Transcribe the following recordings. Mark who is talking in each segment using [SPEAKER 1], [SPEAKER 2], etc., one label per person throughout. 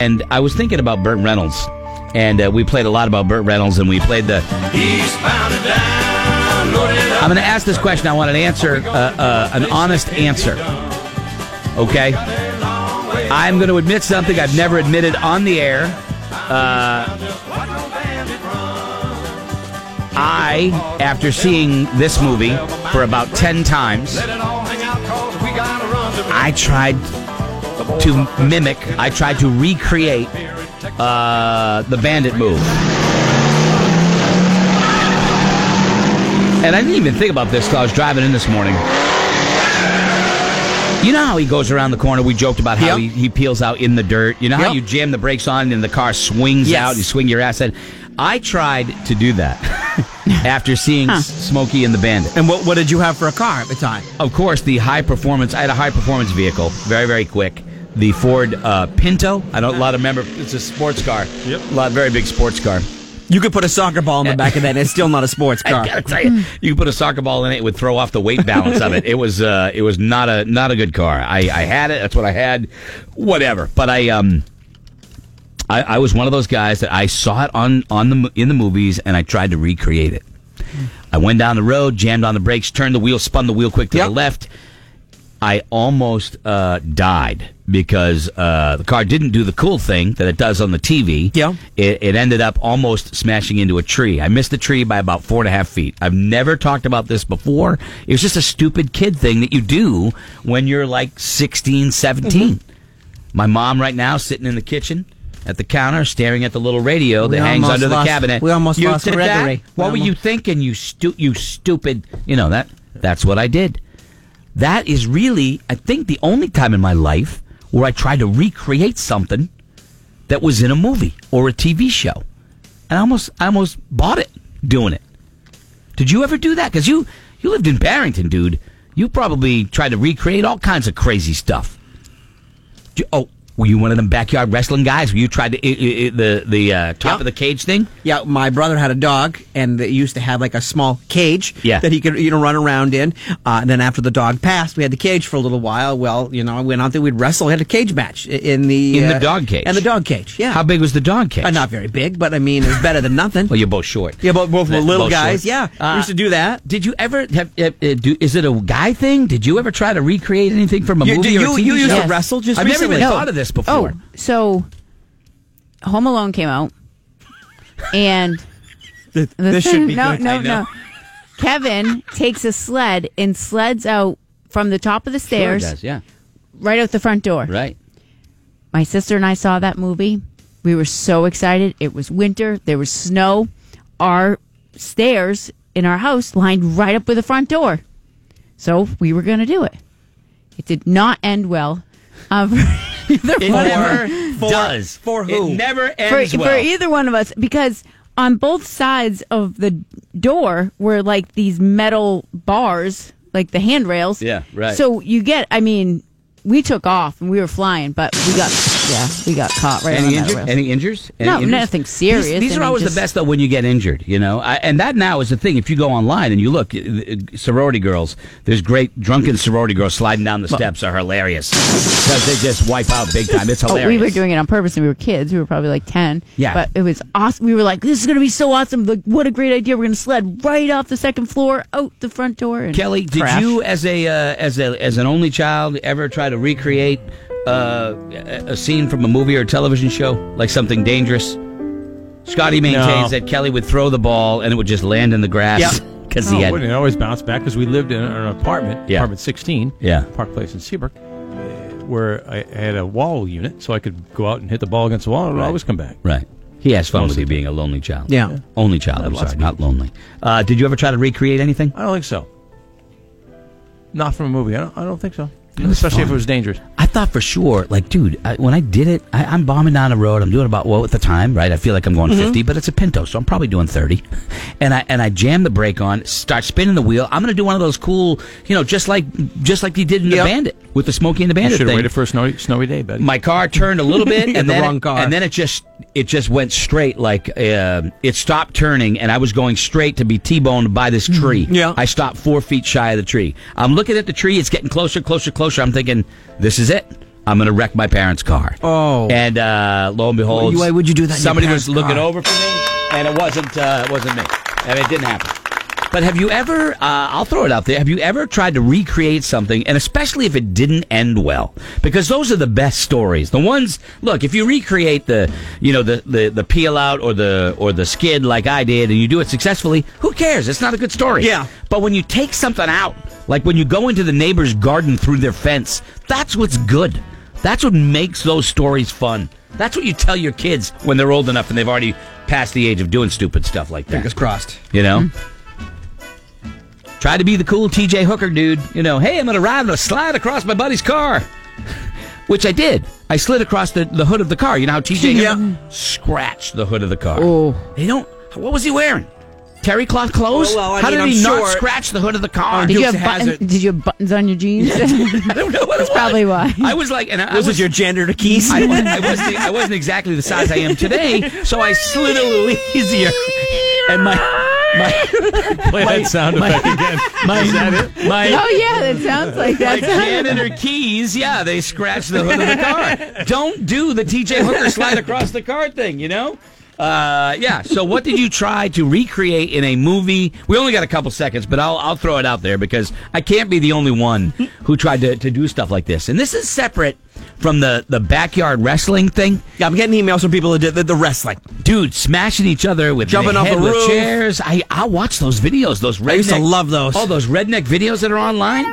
[SPEAKER 1] and I was thinking about Burt Reynolds, and uh, we played a lot about Burt Reynolds, and we played the.
[SPEAKER 2] Eastbound and down, loaded up.
[SPEAKER 1] I'm going to ask this question. I want an answer, uh, uh, an honest answer. Okay, I'm going to admit something I've never admitted on the air. Uh, I, after seeing this movie for about ten times,
[SPEAKER 2] Let it all hang out 'cause we gotta run to
[SPEAKER 1] I tried to mimic, I tried to recreate uh, the bandit move. And I didn't even think about this till I was driving in this morning. You know how he goes around the corner? We joked about how
[SPEAKER 3] Yep.
[SPEAKER 1] he, he peels out in the dirt. You know how
[SPEAKER 3] Yep.
[SPEAKER 1] you jam the brakes on and the car swings
[SPEAKER 3] Yes.
[SPEAKER 1] out, you swing your ass in. I tried to do that after seeing
[SPEAKER 3] Huh.
[SPEAKER 1] S- Smokey and the Bandit.
[SPEAKER 3] And what, what did you have for a car at the time?
[SPEAKER 1] Of course, the high performance. I had a high performance vehicle, very very quick. The Ford uh, Pinto. I don't a lot of remember. It's a sports car. Yep. A lot very big sports car.
[SPEAKER 3] You could put a soccer ball in the back of that, and it's still not a sports
[SPEAKER 1] I
[SPEAKER 3] car.
[SPEAKER 1] gotta tell you, you could put a soccer ball in it, it would throw off the weight balance of it. It was uh, it was not a not a good car. I, I had it. That's what I had. Whatever. But I um. I, I was one of those guys that I saw it on on the mo- in the movies and I tried to recreate it. I went down the road, jammed on the brakes, turned the wheel, spun the wheel quick to
[SPEAKER 3] Yep.
[SPEAKER 1] the left. I almost uh, died because uh, the car didn't do the cool thing that it does on the TV.
[SPEAKER 3] Yeah.
[SPEAKER 1] It, it ended up almost smashing into a tree. I missed the tree by about four and a half feet. I've never talked about this before. It was just a stupid kid thing that you do when you're like 16, 17. My mom, right now, sitting in the kitchen at the counter, staring at the little radio
[SPEAKER 3] We
[SPEAKER 1] that hangs
[SPEAKER 3] almost
[SPEAKER 1] under the
[SPEAKER 3] lost-
[SPEAKER 1] cabinet.
[SPEAKER 3] we almost
[SPEAKER 1] you
[SPEAKER 3] lost
[SPEAKER 1] did that?
[SPEAKER 3] Gregory.
[SPEAKER 1] What
[SPEAKER 3] We
[SPEAKER 1] were
[SPEAKER 3] almost-
[SPEAKER 1] you thinking? You stu- you stupid. You know that. That's what I did. That is really, I think, the only time in my life where I tried to recreate something that was in a movie or a TV show, and I almost, I almost bought it doing it. Did you ever do that? Because you, you lived in Barrington, dude. You probably tried to recreate all kinds of crazy stuff. Do- Oh, were you one of them backyard wrestling guys? Where you tried to i i i the the uh, top
[SPEAKER 3] Yeah.
[SPEAKER 1] of the cage thing?
[SPEAKER 3] Yeah, my brother had a dog, and they used to have like a small cage
[SPEAKER 1] Yeah.
[SPEAKER 3] that he could you know run around in. Uh, and then after the dog passed, we had the cage for a little while. Well, you know, I went out there, we'd wrestle, had a cage match i- in the
[SPEAKER 1] In the dog cage?
[SPEAKER 3] and the dog cage. Yeah,
[SPEAKER 1] How big was the dog cage?
[SPEAKER 3] Uh, not very big, but I mean, it was better than nothing.
[SPEAKER 1] Well, you're both short.
[SPEAKER 3] yeah, but both were
[SPEAKER 1] Both
[SPEAKER 3] little
[SPEAKER 1] short.
[SPEAKER 3] guys. Yeah,
[SPEAKER 1] Uh,
[SPEAKER 3] we used to do that.
[SPEAKER 1] Did you ever have? Uh, uh, do, is it a guy thing? Did you ever try to recreate anything from a
[SPEAKER 3] You-
[SPEAKER 1] movie
[SPEAKER 3] do
[SPEAKER 1] or a
[SPEAKER 3] you-
[SPEAKER 1] TV
[SPEAKER 3] you used
[SPEAKER 1] show?
[SPEAKER 3] to wrestle just
[SPEAKER 1] I've never
[SPEAKER 3] recently?
[SPEAKER 1] even
[SPEAKER 3] No.
[SPEAKER 1] thought of this
[SPEAKER 4] Oh,
[SPEAKER 1] before.
[SPEAKER 4] so Home Alone came out, and
[SPEAKER 3] Th-
[SPEAKER 4] the
[SPEAKER 3] this should be
[SPEAKER 4] no,
[SPEAKER 3] good.
[SPEAKER 4] no, no. Kevin takes a sled and sleds out from the top of the
[SPEAKER 1] Sure it
[SPEAKER 4] stairs,
[SPEAKER 1] does, yeah,
[SPEAKER 4] right out the front door.
[SPEAKER 1] right.
[SPEAKER 4] My sister and I saw that movie. We were so excited. It was winter. There was snow. Our stairs in our house lined right up with the front door. So we were going to do it. It did not end well. Um,
[SPEAKER 1] It
[SPEAKER 3] Whatever.
[SPEAKER 1] never
[SPEAKER 3] For-
[SPEAKER 1] does.
[SPEAKER 3] for who?
[SPEAKER 1] It never
[SPEAKER 4] for,
[SPEAKER 1] ends
[SPEAKER 4] for
[SPEAKER 1] well.
[SPEAKER 4] either one of us because on both sides of the door were like these metal bars like the handrails
[SPEAKER 1] Yeah, right.
[SPEAKER 4] so you get i mean we took off and we were flying but we got yeah we got caught right on
[SPEAKER 1] Any,
[SPEAKER 4] that
[SPEAKER 1] injur-
[SPEAKER 4] rail.
[SPEAKER 1] any injuries? Any
[SPEAKER 4] No,
[SPEAKER 1] injuries?
[SPEAKER 4] nothing serious.
[SPEAKER 1] These, these
[SPEAKER 4] I
[SPEAKER 1] are
[SPEAKER 4] mean,
[SPEAKER 1] always
[SPEAKER 4] just-
[SPEAKER 1] the best though when you get injured, you know. I, and that now is the thing. If you go online and you look, uh, uh, sorority girls, there's great drunken sorority girls sliding down the steps are hilarious because they just wipe out big time. It's hilarious.
[SPEAKER 4] Oh, we were doing it on purpose and we were kids. We were probably like 10.
[SPEAKER 1] Yeah.
[SPEAKER 4] But it was awesome. We were like, this is going to be so awesome. Like, what a great idea. We're going to sled right off the second floor, out the front door. And
[SPEAKER 1] Kelly, did
[SPEAKER 4] crash.
[SPEAKER 1] you, as a uh, as a as an only child, ever try to recreate uh, a a scene from a movie or a television show, like something dangerous? Scotty maintains
[SPEAKER 5] No.
[SPEAKER 1] that Kelly would throw the ball and it would just land in the grass
[SPEAKER 3] Yep.
[SPEAKER 1] because
[SPEAKER 5] No,
[SPEAKER 1] he
[SPEAKER 5] it
[SPEAKER 1] had.
[SPEAKER 5] Oh, wouldn't. It always bounced back because we lived in an apartment,
[SPEAKER 1] Yeah.
[SPEAKER 5] apartment 16,
[SPEAKER 1] Yeah.
[SPEAKER 5] Park Place in Seabrook, uh, where I had a wall unit, so I could go out and hit the ball against the wall and it would
[SPEAKER 1] Right.
[SPEAKER 5] always come back.
[SPEAKER 1] Right. He has fun with
[SPEAKER 5] Mostly.
[SPEAKER 1] you being a lonely child.
[SPEAKER 3] Yeah.
[SPEAKER 1] Only child, I'm
[SPEAKER 5] Lots
[SPEAKER 1] sorry,
[SPEAKER 5] of
[SPEAKER 1] not lonely. Uh, did you ever try to recreate anything?
[SPEAKER 5] I don't think so. Not from a movie. I don't, I don't think so.
[SPEAKER 1] was
[SPEAKER 5] Especially if
[SPEAKER 1] fun.
[SPEAKER 5] it was dangerous.
[SPEAKER 1] I thought for sure, like, dude, I, when I did it, I, I'm bombing down the road. I'm doing about well at the time, right? I feel like I'm
[SPEAKER 5] Mm-hmm.
[SPEAKER 1] going 50, but it's a Pinto, so I'm probably doing 30. And I and I jam the brake on, start spinning the wheel. I'm gonna do one of those cool, you know, just like just like you did in
[SPEAKER 3] Yep.
[SPEAKER 1] the Bandit with the Smokey and the
[SPEAKER 5] I
[SPEAKER 1] Bandit
[SPEAKER 5] should have
[SPEAKER 1] thing.
[SPEAKER 5] waited for a snowy, snowy day, buddy.
[SPEAKER 1] My car turned a little bit,
[SPEAKER 3] You
[SPEAKER 1] and
[SPEAKER 3] had the
[SPEAKER 1] then
[SPEAKER 3] wrong
[SPEAKER 1] it,
[SPEAKER 3] car.
[SPEAKER 1] and then it just it just went straight, like uh, it stopped turning, and I was going straight to be t-boned by this tree.
[SPEAKER 3] Mm-hmm. Yeah.
[SPEAKER 1] I stopped four feet shy of the tree. I'm looking at the tree; it's getting closer, closer, closer. I'm thinking, this is it. I'm going to wreck my parents' car.
[SPEAKER 3] Oh.
[SPEAKER 1] And uh, lo and behold,
[SPEAKER 3] Why- why would you do that in your
[SPEAKER 1] Somebody
[SPEAKER 3] parents'
[SPEAKER 1] was looking
[SPEAKER 3] car?
[SPEAKER 1] over for me, and it wasn't. Uh, it wasn't me. And it didn't happen. But have you ever? Uh, I'll throw it out there. Have you ever tried to recreate something, and especially if it didn't end well, because those are the best stories. The ones. Look, if you recreate the, you know, the the, the peel out or the or the skid like I did, and you do it successfully, who cares? It's not a good story.
[SPEAKER 3] Yeah.
[SPEAKER 1] But when you take something out, like when you go into the neighbor's garden through their fence, that's what's good. That's what makes those stories fun. That's what you tell your kids when they're old enough and they've already passed the age of doing stupid stuff like
[SPEAKER 3] Fingers
[SPEAKER 1] that.
[SPEAKER 3] crossed. Mm-hmm.
[SPEAKER 1] You know? Try to be the cool TJ Hooker dude. You know, hey, I'm going to ride on a slide across my buddy's car. Which I did. I slid across the, the hood of the car. You know how TJ
[SPEAKER 3] Yeah.
[SPEAKER 1] Hooker scratched the hood of the car.
[SPEAKER 4] Oh.
[SPEAKER 1] They don't. What was he wearing? Terry cloth clothes?
[SPEAKER 3] Well, well, I
[SPEAKER 1] How
[SPEAKER 3] mean,
[SPEAKER 1] did
[SPEAKER 3] I'm
[SPEAKER 1] he not
[SPEAKER 3] sure-
[SPEAKER 1] scratch the hood of the car?
[SPEAKER 4] Did you
[SPEAKER 3] Dukes
[SPEAKER 4] have buttons?
[SPEAKER 3] Hazard.
[SPEAKER 4] Did you have buttons on your jeans?
[SPEAKER 1] I don't know what That's
[SPEAKER 4] probably why.
[SPEAKER 1] I was like, and I, I
[SPEAKER 3] This
[SPEAKER 1] was
[SPEAKER 3] is your gender to keys.
[SPEAKER 1] I, wa- I wasn't, I wasn't exactly the size I am today, so I slid a little easier. And my, my,
[SPEAKER 5] Play that sound effect again. Is that it?
[SPEAKER 4] oh yeah, that sounds like
[SPEAKER 1] my
[SPEAKER 4] that.
[SPEAKER 1] janitor keys, yeah, they scratched the hood of the car. Don't do the TJ Hooker slide across the car thing, you know? Uh, yeah. So, what did you try to recreate in a movie? We only got a couple seconds, but I'll I'll throw it out there because I can't be the only one who tried to, to do stuff like this. And this is separate from the the backyard wrestling thing.
[SPEAKER 3] Yeah, I'm getting emails from people who did the, the wrestling.
[SPEAKER 1] dude smashing each other with
[SPEAKER 3] Jumping
[SPEAKER 1] the
[SPEAKER 3] off
[SPEAKER 1] head
[SPEAKER 3] the
[SPEAKER 1] with
[SPEAKER 3] roof.
[SPEAKER 1] chairs. I I watch those videos. Those redneck,
[SPEAKER 3] I used to love those.
[SPEAKER 1] All those redneck videos that are online.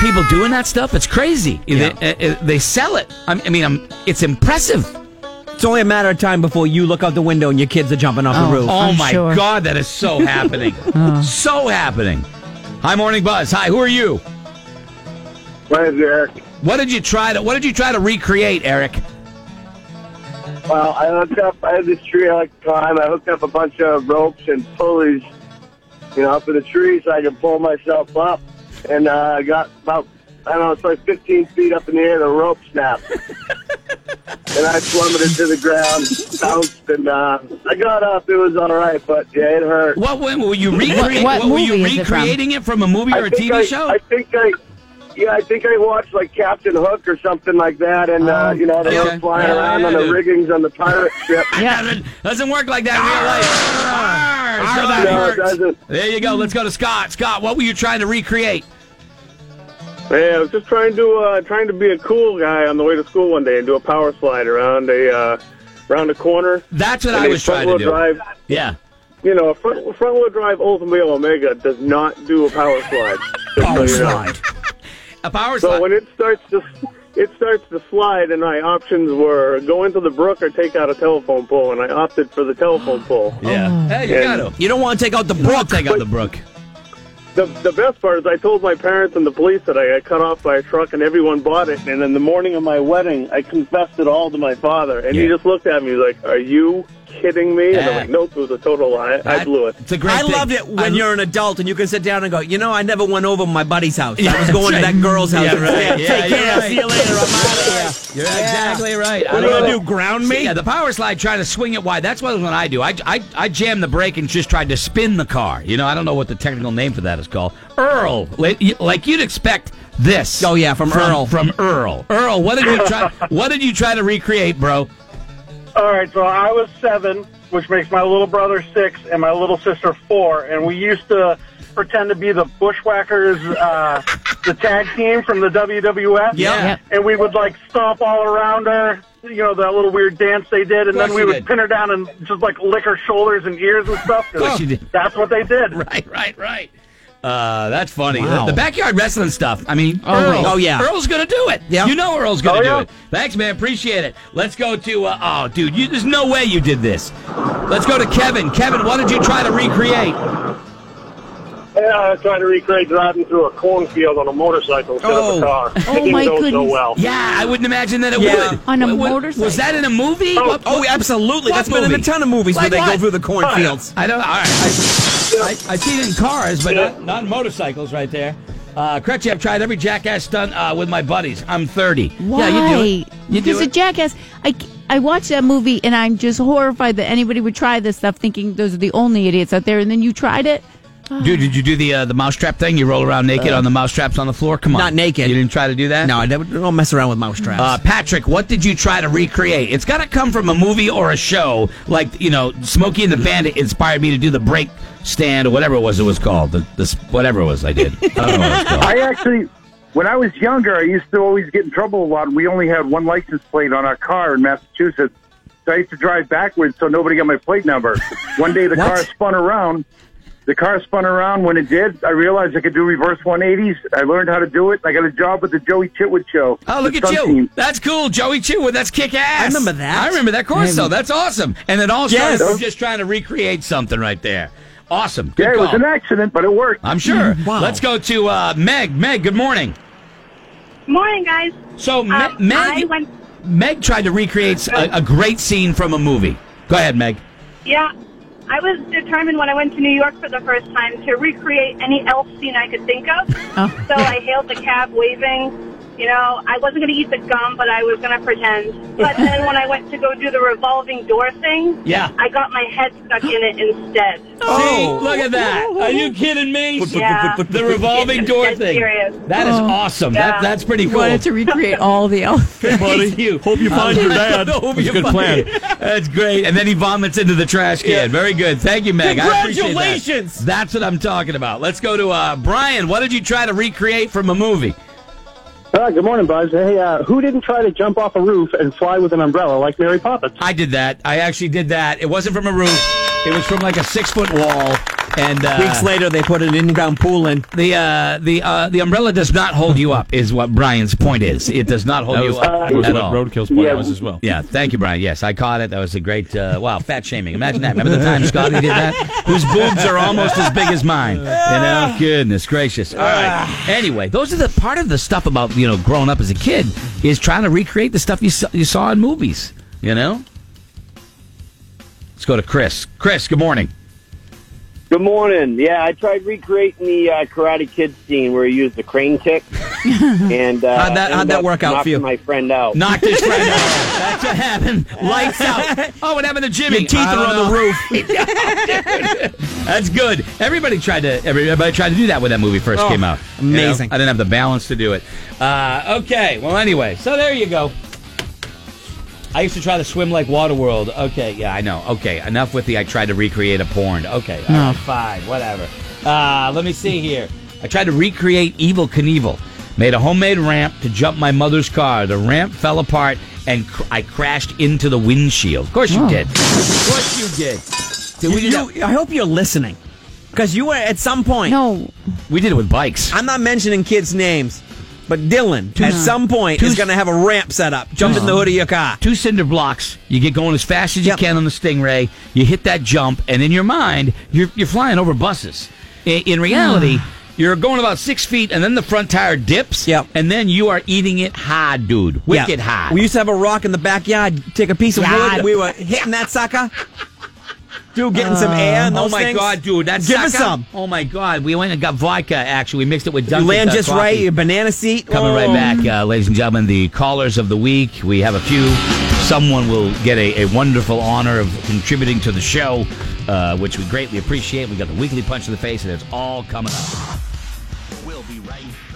[SPEAKER 1] People doing that stuff. It's crazy. They, uh, uh, they sell it. I'm- I mean, I'm, it's impressive.
[SPEAKER 3] It's only a matter of time before you look out the window and your kids are jumping off
[SPEAKER 4] Oh.
[SPEAKER 3] the roof.
[SPEAKER 1] Oh
[SPEAKER 4] I'm
[SPEAKER 1] my
[SPEAKER 4] sure.
[SPEAKER 1] god, that is so happening.
[SPEAKER 3] Uh.
[SPEAKER 1] So happening. Hi, morning buzz. Hi, who are you?
[SPEAKER 6] What is Eric?
[SPEAKER 1] What did you try to What did you try to recreate, Eric?
[SPEAKER 6] Well, I hooked up. I had this tree I like to climb. I hooked up a bunch of ropes and pulleys, you know, up in the tree so I could pull myself up. And uh, I got about I don't know, it's like 15 feet up in the air. The rope snapped, and I plummeted to the ground, bounced, and uh, I got up. It was all right, but yeah, it hurt.
[SPEAKER 1] What when- were you recreating?
[SPEAKER 4] what
[SPEAKER 1] were you
[SPEAKER 4] movie is it from?
[SPEAKER 1] recreating it from? a movie or a
[SPEAKER 6] I think
[SPEAKER 1] TV
[SPEAKER 6] I,
[SPEAKER 1] show?
[SPEAKER 6] I think I. Yeah, I think I watched like Captain Hook or something like that, and uh, you know they
[SPEAKER 1] Oh, okay.
[SPEAKER 6] were flying
[SPEAKER 1] Yeah,
[SPEAKER 6] around
[SPEAKER 1] yeah,
[SPEAKER 6] on the
[SPEAKER 1] dude.
[SPEAKER 6] riggings on the pirate ship.
[SPEAKER 1] doesn't, doesn't work like that in real life. Arr, so that
[SPEAKER 6] No,
[SPEAKER 1] hurts.
[SPEAKER 6] it doesn't.
[SPEAKER 1] There you go. Let's go to Scott. Scott, what were you trying to recreate?
[SPEAKER 6] Yeah, I was just trying to uh, trying to be a cool guy on the way to school one day and do a power slide around a uh, around a corner.
[SPEAKER 1] That's what
[SPEAKER 6] And
[SPEAKER 1] I
[SPEAKER 6] a
[SPEAKER 1] was trying to
[SPEAKER 6] front-wheel
[SPEAKER 1] do.
[SPEAKER 6] Drive,
[SPEAKER 1] Yeah.
[SPEAKER 6] you know, a front front wheel drive Oldsmobile Omega does not do a power slide. just so
[SPEAKER 3] Power
[SPEAKER 6] you know.
[SPEAKER 3] slide.
[SPEAKER 1] A power
[SPEAKER 6] Oh, So
[SPEAKER 1] slide.
[SPEAKER 6] when it starts to it starts to slide, and my options were go into the brook or take out a telephone pole, and I opted for the telephone pole.
[SPEAKER 3] Oh.
[SPEAKER 1] yeah. Hey, you
[SPEAKER 6] Yeah.
[SPEAKER 1] got to.
[SPEAKER 3] You don't want to take out the
[SPEAKER 1] Brook,
[SPEAKER 3] brook.
[SPEAKER 1] take out the brook.
[SPEAKER 6] The, the best part is I told my parents and the police that I got cut off by a truck and everyone bought it. And in the morning of my wedding, I confessed it all to my father. And he
[SPEAKER 1] Yeah.
[SPEAKER 6] just looked at me like, are you kidding me? And
[SPEAKER 1] Yeah.
[SPEAKER 6] I'm like, nope, it was a total lie. I, blew it.
[SPEAKER 1] It's a great
[SPEAKER 3] I
[SPEAKER 1] thing.
[SPEAKER 3] loved it when
[SPEAKER 1] I-
[SPEAKER 3] you're an adult and you can sit down and go, you know, I never went over to my buddy's house. I was
[SPEAKER 1] that's
[SPEAKER 3] going to
[SPEAKER 1] right.
[SPEAKER 3] that girl's house.
[SPEAKER 1] Yeah, right.
[SPEAKER 3] instead.
[SPEAKER 1] Yeah,
[SPEAKER 3] Take
[SPEAKER 1] you're
[SPEAKER 3] care.
[SPEAKER 1] right.
[SPEAKER 3] See you later. I'm out of here.
[SPEAKER 1] You're exactly right. I
[SPEAKER 3] What are you
[SPEAKER 1] love
[SPEAKER 3] going
[SPEAKER 1] it.
[SPEAKER 3] to do? Ground
[SPEAKER 1] See,
[SPEAKER 3] me?
[SPEAKER 1] Yeah, the power slide trying to swing it wide. That's what when I do. I, I, I jam the brake and just tried to spin the car. You know, I don't know what the technical name for that is called. Earl. Like you- like you'd expect this.
[SPEAKER 3] Oh, yeah, from Earl.
[SPEAKER 1] From Earl. Earl, what did you try what did you try to recreate, bro?
[SPEAKER 7] All right, so I was seven, which makes my little brother six and my little sister four, and we used
[SPEAKER 6] Uh,
[SPEAKER 7] to pretend to be the Bushwhackers, uh, the tag team from the WWF.
[SPEAKER 3] Yeah.
[SPEAKER 4] Yep.
[SPEAKER 7] And we would like stomp all around her, you know, that little weird dance they did, and
[SPEAKER 1] Of course
[SPEAKER 7] then we
[SPEAKER 1] you
[SPEAKER 7] would
[SPEAKER 1] did.
[SPEAKER 7] pin her down and just like lick her shoulders and ears and stuff.
[SPEAKER 1] Of course you did.
[SPEAKER 7] That's what they did.
[SPEAKER 1] Right, right, right. Uh, that's funny.
[SPEAKER 3] Wow.
[SPEAKER 1] The, the backyard wrestling stuff. I mean,
[SPEAKER 4] Oh,
[SPEAKER 1] Earl.
[SPEAKER 4] wait.
[SPEAKER 3] Oh, yeah.
[SPEAKER 1] Earl's gonna do it.
[SPEAKER 3] Yeah.
[SPEAKER 1] You know Earl's gonna
[SPEAKER 7] Oh,
[SPEAKER 1] do
[SPEAKER 7] yeah.
[SPEAKER 1] it. Thanks, man. Appreciate it. Let's go to. Uh, oh, dude, you, there's no way you did this. Let's go to Kevin. Kevin, what did you try to recreate?
[SPEAKER 6] And I was trying to recreate driving through a cornfield on a motorcycle instead
[SPEAKER 3] Oh.
[SPEAKER 6] of a car.
[SPEAKER 4] Oh,
[SPEAKER 6] it didn't
[SPEAKER 4] my
[SPEAKER 6] go so
[SPEAKER 4] goodness.
[SPEAKER 6] well.
[SPEAKER 1] Yeah, I wouldn't imagine that it
[SPEAKER 3] Yeah.
[SPEAKER 1] would.
[SPEAKER 4] On a
[SPEAKER 1] Wa- wa-
[SPEAKER 4] motorcycle.
[SPEAKER 1] Was that in a movie?
[SPEAKER 6] Oh,
[SPEAKER 1] What-
[SPEAKER 3] Oh, absolutely.
[SPEAKER 1] What
[SPEAKER 3] That's been in a
[SPEAKER 1] movie?
[SPEAKER 3] ton of movies
[SPEAKER 1] Like
[SPEAKER 3] where they
[SPEAKER 1] what?
[SPEAKER 3] go through the cornfields.
[SPEAKER 1] I don't. All right. I, I, I've seen it in cars, but
[SPEAKER 6] Yeah.
[SPEAKER 1] not, not in motorcycles right there. Uh, Crutchy, I've tried every jackass stunt uh, with my buddies. I'm 30. Yeah,
[SPEAKER 4] Why?
[SPEAKER 1] you do it. You
[SPEAKER 4] because
[SPEAKER 1] do it.
[SPEAKER 4] a jackass. I, I watched that movie and I'm just horrified that anybody would try this stuff, thinking those are the only idiots out there. And then you tried it.
[SPEAKER 1] Dude, did you do the uh, the mousetrap thing? You roll around naked on the mousetraps on the floor? Come on.
[SPEAKER 3] Not naked.
[SPEAKER 1] You didn't try to do that?
[SPEAKER 3] No, I don't don't mess around with mousetraps.
[SPEAKER 1] Uh, Patrick, what did you try to recreate? It's got to come from a movie or a show. Like, you know, Smokey and the Bandit inspired me to do the break stand or whatever it was it was called. The, the, whatever it was I did. I don't know what it was called.
[SPEAKER 8] I actually, when I was younger, I used to always get in trouble a lot. We only had one license plate on our car in Massachusetts. So I used to drive backwards so nobody got my plate number. One day the
[SPEAKER 3] What?
[SPEAKER 8] car spun around. The car spun around. When it did, I realized I could do reverse 180s. I learned how to do it. I got a job with the Joey Chitwood Show.
[SPEAKER 1] Oh, look
[SPEAKER 8] the
[SPEAKER 1] at
[SPEAKER 8] Sun
[SPEAKER 1] you.
[SPEAKER 8] Team.
[SPEAKER 1] That's cool. Joey Chitwood. That's kick ass.
[SPEAKER 3] I remember that.
[SPEAKER 1] I remember that course, though. That's awesome. And it all started
[SPEAKER 3] Yes.
[SPEAKER 1] from just trying to recreate something right there. Awesome. Good
[SPEAKER 8] Yeah, it
[SPEAKER 1] call.
[SPEAKER 8] was an accident, but it worked.
[SPEAKER 1] I'm sure.
[SPEAKER 3] Mm, wow.
[SPEAKER 1] Let's go to uh, Meg. Meg, good morning.
[SPEAKER 9] Morning, guys.
[SPEAKER 1] So, Me-
[SPEAKER 9] Um, I
[SPEAKER 1] Meg,
[SPEAKER 9] went.
[SPEAKER 1] Meg tried to recreate a, a great scene from a movie. Go ahead, Meg.
[SPEAKER 9] Yeah, I was determined when I went to New York for the first time to recreate any elf scene I could think of.
[SPEAKER 4] Oh.
[SPEAKER 9] So I hailed the cab, waving. You know, I wasn't going to eat the gum, but I was going to pretend. But then when I went to go do the revolving door thing,
[SPEAKER 1] Yeah.
[SPEAKER 9] I got my head stuck in it instead.
[SPEAKER 1] Oh. See, look at that. Are you kidding me?
[SPEAKER 9] Yeah.
[SPEAKER 1] The revolving door
[SPEAKER 9] That's
[SPEAKER 1] thing.
[SPEAKER 9] serious.
[SPEAKER 1] That is
[SPEAKER 4] Oh.
[SPEAKER 1] awesome.
[SPEAKER 9] Yeah.
[SPEAKER 1] That, that's pretty
[SPEAKER 4] You
[SPEAKER 1] cool.
[SPEAKER 4] wanted to recreate all the elf.
[SPEAKER 1] Thank you.
[SPEAKER 5] Hope you find your dad.
[SPEAKER 1] Hope
[SPEAKER 5] That's
[SPEAKER 1] you
[SPEAKER 5] a good
[SPEAKER 1] find-
[SPEAKER 5] plan.
[SPEAKER 1] That's great. And then he vomits into the trash can. Very good. Thank you, Meg. I appreciate that.
[SPEAKER 5] Congratulations.
[SPEAKER 1] That's what I'm talking about. Let's go to uh, Brian. What did you try to recreate from a movie?
[SPEAKER 10] Uh, good morning, Buzz. Hey, uh, who didn't try to jump off a roof and fly with an umbrella like Mary Poppins?
[SPEAKER 1] I did that. I actually did that. It wasn't from a roof. It was from like a six foot wall. And uh,
[SPEAKER 3] Weeks later, they put an in-ground pool in.
[SPEAKER 1] the uh, the uh, the umbrella does not hold you up. Is what Brian's point is. It does not hold
[SPEAKER 5] That
[SPEAKER 1] you
[SPEAKER 5] was,
[SPEAKER 1] up
[SPEAKER 5] was
[SPEAKER 1] at
[SPEAKER 5] what
[SPEAKER 1] all.
[SPEAKER 5] Roadkill's point
[SPEAKER 10] Yeah.
[SPEAKER 5] was as well.
[SPEAKER 1] Yeah, thank you, Brian. Yes, I caught it. That was a great, uh, wow, fat shaming. Imagine that. Remember the time Scotty did that? Whose boobs are almost as big as mine. You know, goodness gracious. All right. Anyway, those are the part of the stuff about, you know, growing up as a kid is trying to recreate the stuff you saw, you saw in movies, you know? Let's go to Chris. Chris, good morning.
[SPEAKER 6] Good morning. Yeah, I tried recreating the uh, Karate Kid scene where he used the crane kick, and uh,
[SPEAKER 3] How'd that- how'd
[SPEAKER 6] ended
[SPEAKER 3] that
[SPEAKER 6] up
[SPEAKER 3] work out for
[SPEAKER 6] knocking
[SPEAKER 3] you?
[SPEAKER 6] My friend out.
[SPEAKER 1] Knock this right out. That's what happened. Lights out. Oh, what happened to Jimmy?
[SPEAKER 3] Your teeth
[SPEAKER 1] I don't
[SPEAKER 3] are on the
[SPEAKER 1] know. That's good. Everybody tried to everybody tried to do that when that movie first
[SPEAKER 3] Oh,
[SPEAKER 1] came out. You
[SPEAKER 3] amazing.
[SPEAKER 1] know, I didn't have the balance to do it. Uh, okay. Well, anyway, so there you go. I used to try to swim like Waterworld. Okay, yeah, I know. Okay, enough with the I tried to recreate a porn. Okay, all right, fine, whatever. Uh, let me see here. I tried to recreate Evil Knievel. Made a homemade ramp to jump my mother's car. The ramp fell apart and cr- I crashed into the windshield. Of course you did. Of course you did. Did we do that?
[SPEAKER 3] You- I hope you're listening, because you were at some point.
[SPEAKER 4] No.
[SPEAKER 1] We did it with bikes.
[SPEAKER 3] I'm not mentioning kids' names, but Dylan at some point
[SPEAKER 1] Two-
[SPEAKER 3] is going to have a ramp set up. Jump in the hood of your car.
[SPEAKER 1] Two cinder blocks. You get going as fast as you
[SPEAKER 3] Yep.
[SPEAKER 1] can on the Stingray. You hit that jump, and in your mind, you're, you're flying over buses. In, in reality, you're going about six feet, and then the front tire dips.
[SPEAKER 3] Ah. Yep.
[SPEAKER 1] And then you are eating it hard, dude.
[SPEAKER 3] Yeah.
[SPEAKER 1] Wicked hard.
[SPEAKER 3] We used to have a rock in the backyard. Take a piece of
[SPEAKER 1] Yard.
[SPEAKER 3] wood. We were hitting that sucker. Dude, getting some air. And
[SPEAKER 1] Oh
[SPEAKER 3] those
[SPEAKER 1] my
[SPEAKER 3] things.
[SPEAKER 1] god, dude! That's
[SPEAKER 3] give us some.
[SPEAKER 1] Oh my god, we went and got vodka. Actually, we mixed it with
[SPEAKER 3] You
[SPEAKER 1] Dunkin'
[SPEAKER 3] land
[SPEAKER 1] uh,
[SPEAKER 3] just
[SPEAKER 1] coffee.
[SPEAKER 3] right. Your banana seat.
[SPEAKER 1] Coming right
[SPEAKER 3] Oh.
[SPEAKER 1] back, uh, ladies and gentlemen, the callers of the week. We have a few. Someone will get a, a wonderful honor of contributing to the show, uh, which we greatly appreciate. We got the weekly punch in the face, and it's all coming up. We'll be right